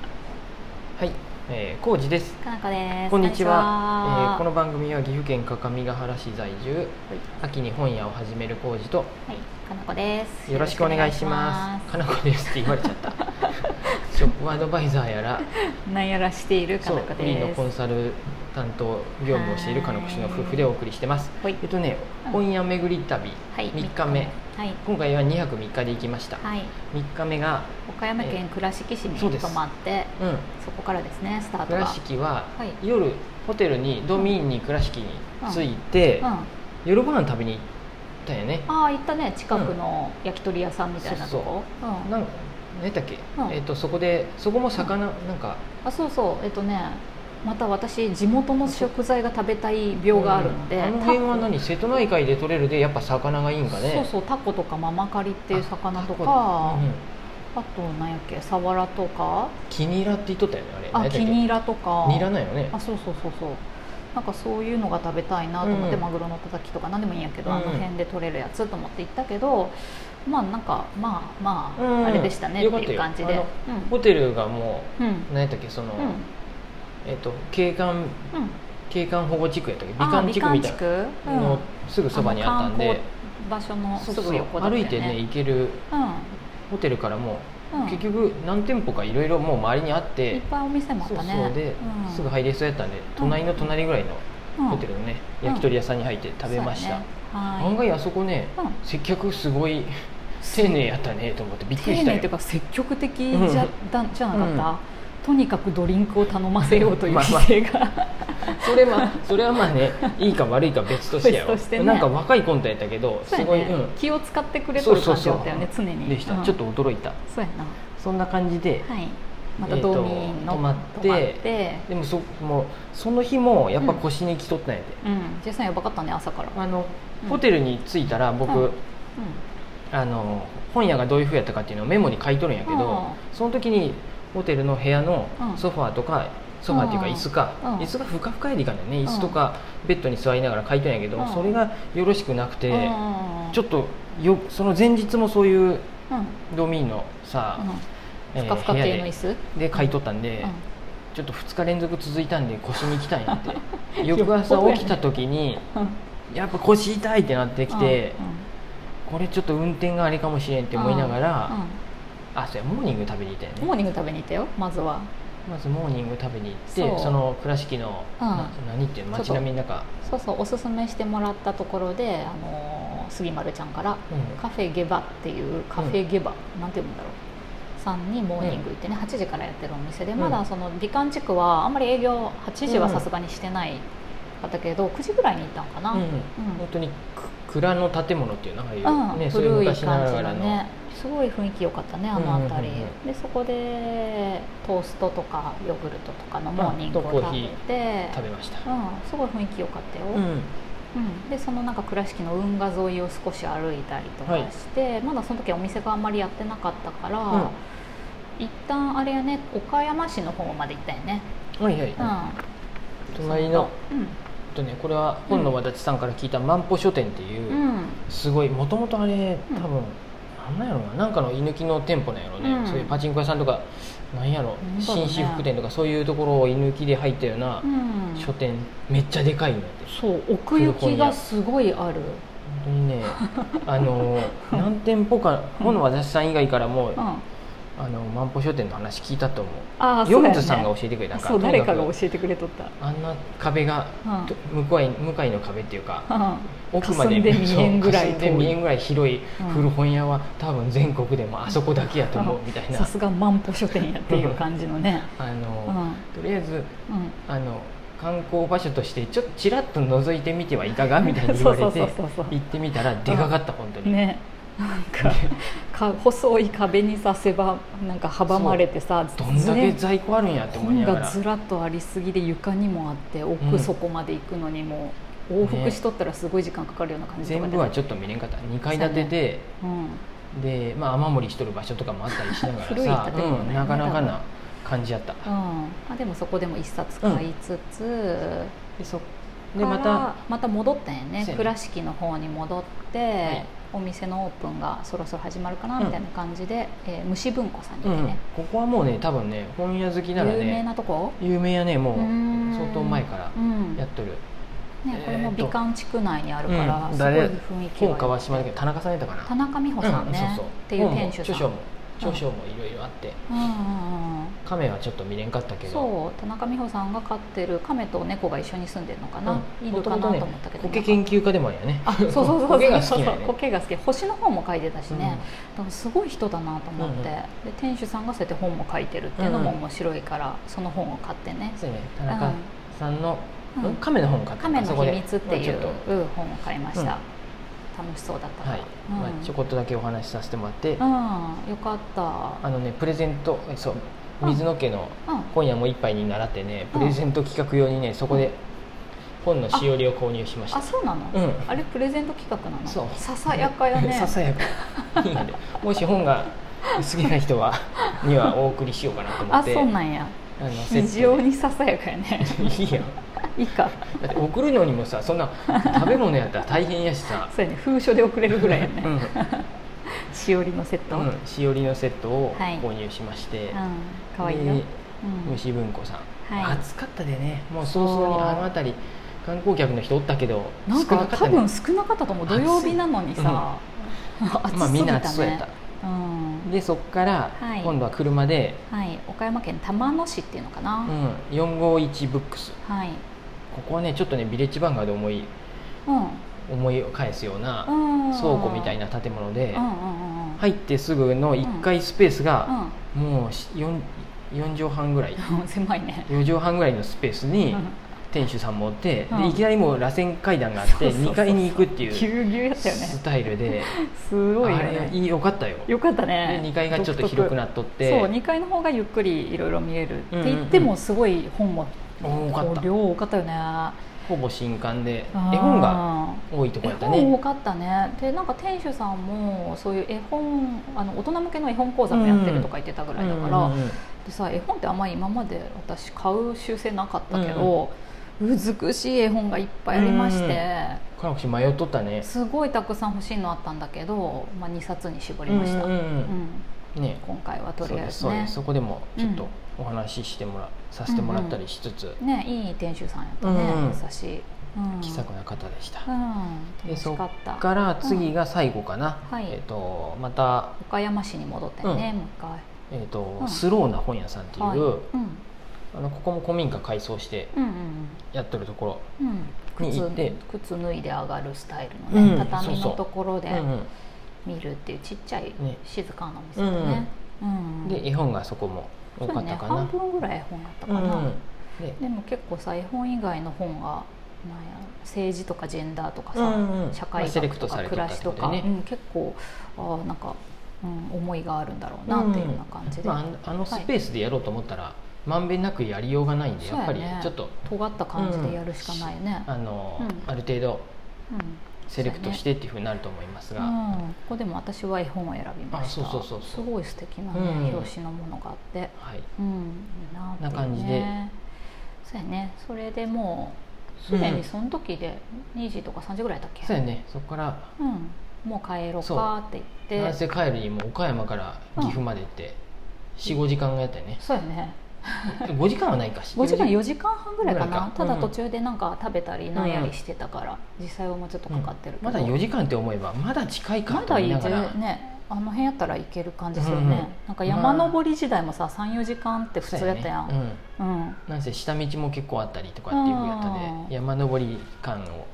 はい、えー、康二です。かなこです。こんにちは、えーここんにの番組は岐阜県各務原市在住、秋に本屋を始める康二とちは。はい、かなこです。よろしくお願いします。よかなこですって言われちゃった。 ショップアドバイザーや ら、ろしくお願いしますなんやらしているかそうなこ、フリーのでコンす。サル担当業務をしているかなこ氏の夫婦でお送りしてます。ほいえっとね、うん本屋巡り旅、はい、 3日目。はい、今回は2泊3日で行きました。はい、 3日目が、岡山県倉敷市にそうです泊まって、うん、そこからですね、スタート倉が。敷ははい夜ホテルにドミーンに倉敷に着いて、うん、あ夜ご飯食べに行ったんやね、あー、行ったね、近くの焼き鳥屋さんみたいなとこ。うんなんか何だっけ、うんえっとそこでそこも魚、なんかあ、そうそう、えっとね。また私地元の食材が食べたい病があるので、うんあのタコ辺は何瀬戸内海で取れるでやっぱ魚がいいんかねそうそうタコとかママカリっていう魚とあかタコうんあとなんやっけサワラとかキニラって言っとったよねあれあキニラとかニラなんよねあそうそうそうそうなんかそういうのが食べたいなと思って、うんマグロのたたきとか何でもいいんやけど、うんあの辺で取れるやつと思って行ったけどまあなんかまあまあ、うんあれでしたねっよてかったいうよ感じであのホテルがもうんうんう何やったっけその、うんえっと景観うん景観保護地区やったっけ美あ観地区みたい美観地区なうんのすぐそばにあったんで、あの観光場所のそうすそうぐ横だった歩よいてね行けるホテルからも、うん、うん、結局何店舗かいろいろもう周りにあっ、いってぱいお店もあっそうたねそうで、うんすぐ入れそうやったんで隣の隣ぐらいのホテルのね、うん焼き鳥屋さんに入って食べましそた、うやねはい案外あそこねうん接客すごい丁寧やったねと思ってびっくり丁した寧よというか積極的じゃ,、うだじゃなかった、うんとにかくドリンクを頼ませようというまあまあ姿勢が、それはそれはまあねいいか悪いか別としてやろ別としてねなんか若いコントやったけどそ うすやご い、ねう気を使ってくれとる感じだったよねそうそうそう常んにでした、うんちょっと驚いたそうやなそんな感じで、はいまたえーとドミーンの泊まってでもそもうその日もやっぱ腰にきとったんやで、うん、ジェイさんやばかったね朝から、あのうんホテルに着いたら僕、うんあの本屋がどういうふうやったかっていうのをメモに書いとるんやけど、うその時にホテルの部屋のうんソファーとか、ソファーっていうかうん椅子か、うん椅子がふかふかやでいかんだよねん椅子とかベッドに座りながら書いとるんやけど、うんそれがよろしくなくて、うん、ちょっとよその前日もそういううん、うんドミーのさ、えーふかふか部屋系の椅で子、で買い取ったんで、うんちょっと2日連続続いたんで腰にきたんや って翌朝起きた時にうんやっぱ腰痛いってなってきて、これちょっと運転があれかもしれんって思いながら、うんあそうやモーニング食べに行ったようん、ねモーニング食べに行ったよまずはまずモーニング食べに行ってそうその倉敷の、うんな何っていうのちょっ街と並みの中、そうそうおすすめしてもらったところで、あのー杉丸ちゃんからうんカフェゲバっていうカフェゲバ、なんて読むんだろうさんにモーニング行ってね、8時からやってるお店でうんまだその美観地区はあんまり営業8時はさすがにしてないかったけど、9時ぐらいに行ったのかな、うんうん本当にく蔵の建物っていうのああいううんね、そういう古い感昔じながらのの、ねすごい雰囲気良かったねあの辺り、うんうんうんでそこでトーストとかヨーグルトとかのモーニングをうんとコ食ーヒべーて、食べました、うん、すごい雰囲気良かったよ、うんうん、でそのなんか倉敷の運河沿いを少し歩いたりとかして、まだその時はお店があんまりやってなかったから、うん一旦あれやね岡山市の方まで行ったよね、はいはい、うん、隣のうえっとねこれは本の和立さんから聞いた万歩書店っていう、ん、うんすごいもともとあれうん多分、なんなんやろななんかの居抜きの店舗なんやろね、うんそういうパチンコ屋さんとかなんやろ、うんそうだ紳士ね服店とかそういうところを居抜きで入ったようなうん、書店めっちゃでかいのやってそう奥行きがすごいある本当 にねあの何店舗か本の和田さん以外からも、うん、ああの万歩書店の話聞いたと思うあヨそうだンよ、ズね、さんが教えてくれたんそう誰かがとに教くえてくれとったあんな壁が、うんと向こうへ向かいの壁っていう かうん奥まで霞んで見えんぐらいそう霞んで見えんぐらい広いうん古本屋は多分全国でもあそこだけやと思うみたいなさすが万歩書店やっていう感じの ねあうんの、とりあえずうんあの観光場所としてちょっとちらっと覗いてみてはいかがみたいに言われて そうそうそうそうそう行ってみたらでかかった本当に、ねなんかか細い壁にさせばなんか阻まれてさどんだけ在庫あるんやって思い本なががらずらっとありすぎで床にもあってう奥ん底まで行くのにも往復しとったらすごい時間かかるような感じとか全で、部はちょっと見れんかった2階建てで、うん、で、まあ、雨漏りしとる場所とかもあったりしながら 古いさ建、物ねうんなかなかな感じやったうんまあ、でもそこでも一冊買いつつ、でそででままたたまた戻ったんやねそうやね倉敷の方に戻って、いお店のオープンがそろそろ始まるかなみたいな感じで、えー虫文庫さんにう行ってん、ね、ここはもうね多分ね本屋好きなら有名ねなとこ有名やねもうーうん相当前からうんやっね、とる、これも美観地区内にあるかうら、んすごい誰雰囲気本川島だけけど田中さんやったかな田中美う穂んさんね、そうそうっていう店主さん本も著書も著書もいろいろあってうんうんうん亀はちょっと見れんかったけどそう田中美穂さんが飼ってる亀と猫が一緒に住んでるのかな、うんいるかなと思ったけど、苔研究家でもあるよねあそうそうそうそう苔が好きなんや ね苔が好き星の本も書いてたしね、だからすごい人だなと思って、うんうんで店主さんがそうやって本も書いてるっていうのも面白いから、その本を買ってねうん、そうやね田うん中さんの、うん亀の本買った亀の秘密」っていそこでまあちょっ、うとうん本を買いました、楽しそうだったから、はい、うんまあ、ちょこっとだけお話しさせてもらって、うんよかったあのねプレゼントえそううん水野家のうん今夜も一杯に習ってねうんプレゼント企画用にねそこで本のしおりを購入しましたあそうなの、うんあれプレゼント企画なのそうささやかや ねささやかいいのでもし本が好きな人 はにはお送りしようかなと思あってそうなんやあのセットで非常にささやかやねいいやんいいかだって送るのにもさそんな食べ物やったら大変やし さそうやね封書で送れるぐらいやね、うんしおりのセット、ううんん、しおりのセットをはい購入しまして、かわいいよ、でうん、虫文庫さん、はい暑かったでねもう早々そうにあの辺り観光客の人おったけどなんかった多分少なかったと思う土曜日なのにさ、 暑まあすぎみんなた暑そうやっねた、うんでそっからはい今度は車で、はい、岡山県玉野市っていうのかな、うん、451ブックスはい、ここはねちょっとねビレッジヴァンガード思いうん思い返すようなうん、倉庫みたいな、な建物で、うんうんうんうん入ってすぐの1階スペースが、うもう 4, 4畳半ぐらいん、狭いね、 4畳半ぐらいのスペースうにん店主さんもおって、うんでいきなりもう螺旋階段があっそうそうてそうそう2階に行くっていぎうゅうぎゅうやったよねスタイルで、すごいよあれねいいよかったよよかったでね2階がちょっと広くなっとっそうて2階の方がゆっくりいろいろ見える、うんうんって言ってもすごい本も多かった量多かったよねほぼ新刊でうん絵本が多いとこ絵やったね本多かったねでなんか店主さんもそういう絵本あの大人向けの絵本講座もやってるとか言ってたぐらいだから、うんうんうんでさ絵本ってあんまり今まで私買う習性なかったけど、美しい絵本がいっぱいありまして、辛口迷っとったねすごいたくさん欲しいのあったんだけど、まあ、2冊に絞りました、ううんんうんうんね今回はとそうりあでえすずそうでねすそこでもちょっうとんお話ししてもらさせてもらったりしつつねいい店主さんやったね、うんうん優しい、うん、気さくな方でしたうんで楽そしっかったから次が最後かなうんはいえっとまた岡山市に戻ってね、うもう一回えーとうんスローな本屋さんっていう、はいうんあのここも古民家改装してうんうんやってるとこうんうんに靴行って靴脱いで上がるスタイルのうね、んそう畳そのうところろ、でうん見るっていうちっちゃいね静かなお店だね、うんうん、で絵本がそこも多そうかやったねかな。半分ぐらい絵本あったかうな、んうんででも結構さ絵本以外の本がなんや政治とかジェンダーとかさ、うんうん社会まあセレ学クとトさかれて暮たっらてしこととだよか、ねうん、結構あーなんか、うん、思いがあるんだろうなっていうような感じで、まああの、あのスペースでやろうと思ったら、まんべんなくやりようがないんでそうやっやぱねりちょっと、尖った感じでやるしかないよね、あのうんある程度うんセレクトしてっていうふうになると思いますうが、ん、ここでも私は絵本を選びましたあそうそうそうそうすごい素敵な、ねうん表紙のものがあって、はい、うん、いいなっていなうね感じでそうやねそれでもうすでにその時で2時とか3時ぐらいだったっけ、そうやねそこからうん、もう帰ろうかって言南って西帰るにも岡山から岐阜までって45時間がやったよねそうやね5時間はないかし5時間4時間半ぐらいかなぐらいかただうん途中でなんか食べたりなんやりしてたから、実際はもうちょっとかかってるけど、まだ4時間って思えばまだ近いかまとだ思いいいながら、ねあの辺やったらいける感じするね、うんうんなんか山登り時代もさ34時間って普通やったやん、そうねうんうん、なんせ下道も結構あったりとかっていうやったうんで山登り感を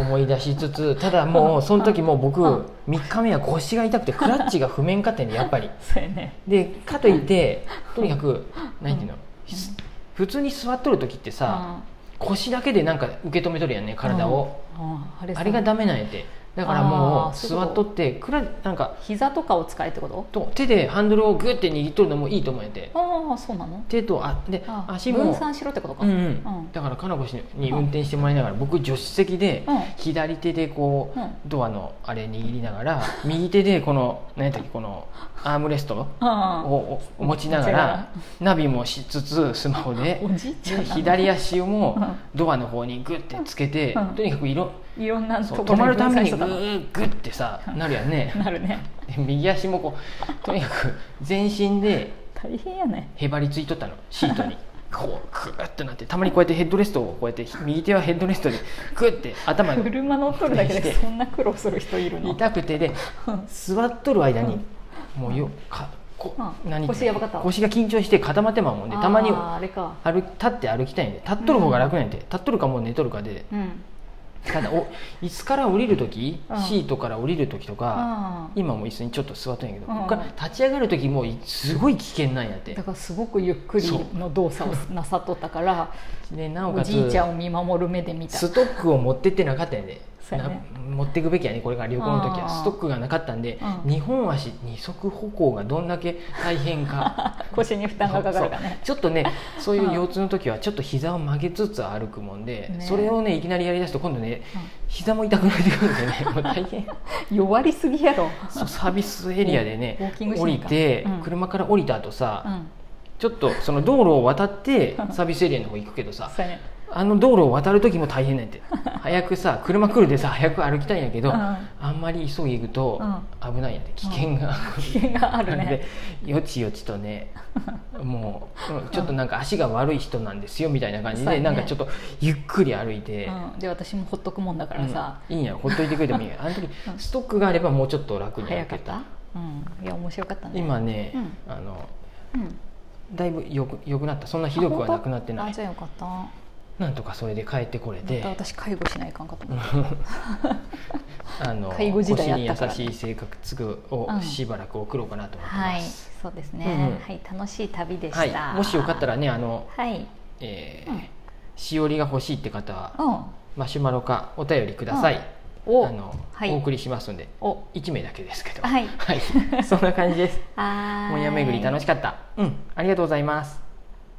思い出しつ つただもうその時もう僕うん3日目は腰が痛くてクラッチが不面かってんでやっぱりそうやねでかといってとにかく何ていうの、す普通に座っとる時ってさ、腰だけでなんか受け止めとるやんね体を、、うんうんあれさあれがダメなんやってだからもあーうそう座いうっこととってクラなんか膝とかを使えってことと手でハンドルをグッて握っとるのもいいと思うんやってああそうなの手とあであ足も分散しろってことか、うんうんうんだから金子氏に運転してもらいながら僕助手席で左手でこう、うんドアのあれ握りなが ら右手でこの何やったっけこのアームレストあをお持ちながらナビもしつつスマホーでおじいちゃんなの左足をもドアの方にグッてつけて、うんとにかくいろいろんなそとうこ止ろまにるた分め散にしグてたのーグってさなるやんねなるねで 右足もこうとにかく全身で大変やねへばりついとったのシート にこうグーってなってたまにこうやってヘッドレストをこうやって右手はヘッドレストでグーって頭 に車乗っとるだけしてでそんな苦労する人いるの痛くてでうん座っとる間にもうよかこうん何腰やばかった腰が緊張して固まってまうもんでたまにあーあれか歩き立って歩きたいんで立っとる方が楽なんで、立っとるかもう寝とるかでうんただお椅子から降りる時、うんシートから降りる時とか、あ今もう椅子にちょっと座っとんやけど、うんここから立ち上がる時もうすごい危険なんやっーてだからすごくゆっくりの動作をなさっとったからでなおおかつじいちゃんを見守る目で見たストックを持ってってなかったんやで、そうやねな持っていくべきやねこれから旅行の時はあーストックがなかったんで、うん2本足二足歩行がどんだけ大変か 腰に負担がかかるからねそうちょっとねそういう腰痛の時はちょっと膝を曲げつつ歩くもんで、ねそれをねいきなりやりだすと今度ね膝も痛くなってくるんでねもう大 変弱りすぎやろそうサービスエリアでウォねーキングし降ないりかて、うん車から降りた後うさ、んちょっとその道路を渡ってサービスエリアの方行くけどさそうやねあの道路を渡る時も大変なんやっ て早くさ車来るでさ早く歩きたいんやけど、うんあんまり急ぎ行くと危ないんやって危険が、危険があるなんねでよちよちと ねもううんちょっとなんか足が悪い人なんですよみたいな感じそうで、やねなんかちょっとゆっくり歩いて、うん、で私もほっとくもんだかうらんさ、いいんやほっといてくれてもい いやあの時うんストックがあればもうちょっと楽に早歩かけったた、うん、いや面白かったね、今ね、うあのうん、だいぶよくよくなったそんなひどくはなくなってなあいじゃあよかったまなんとかそれで帰ってこれてた私介護しないかんかと思っ た、あの介護時代腰やに優ったからしい性格つくをうんしばらく送ろうかなと思ってはまいす、そうですね、うんうんはい楽しい旅でした、はいもしよかったらねあの、はいえーうんしおりが欲しいって方はうんマシュマロかお便りください、おあのはいお送りしますんでお1名だけですけどはい そんな感じですはーいもやめぐり楽しかったうんありがとうございます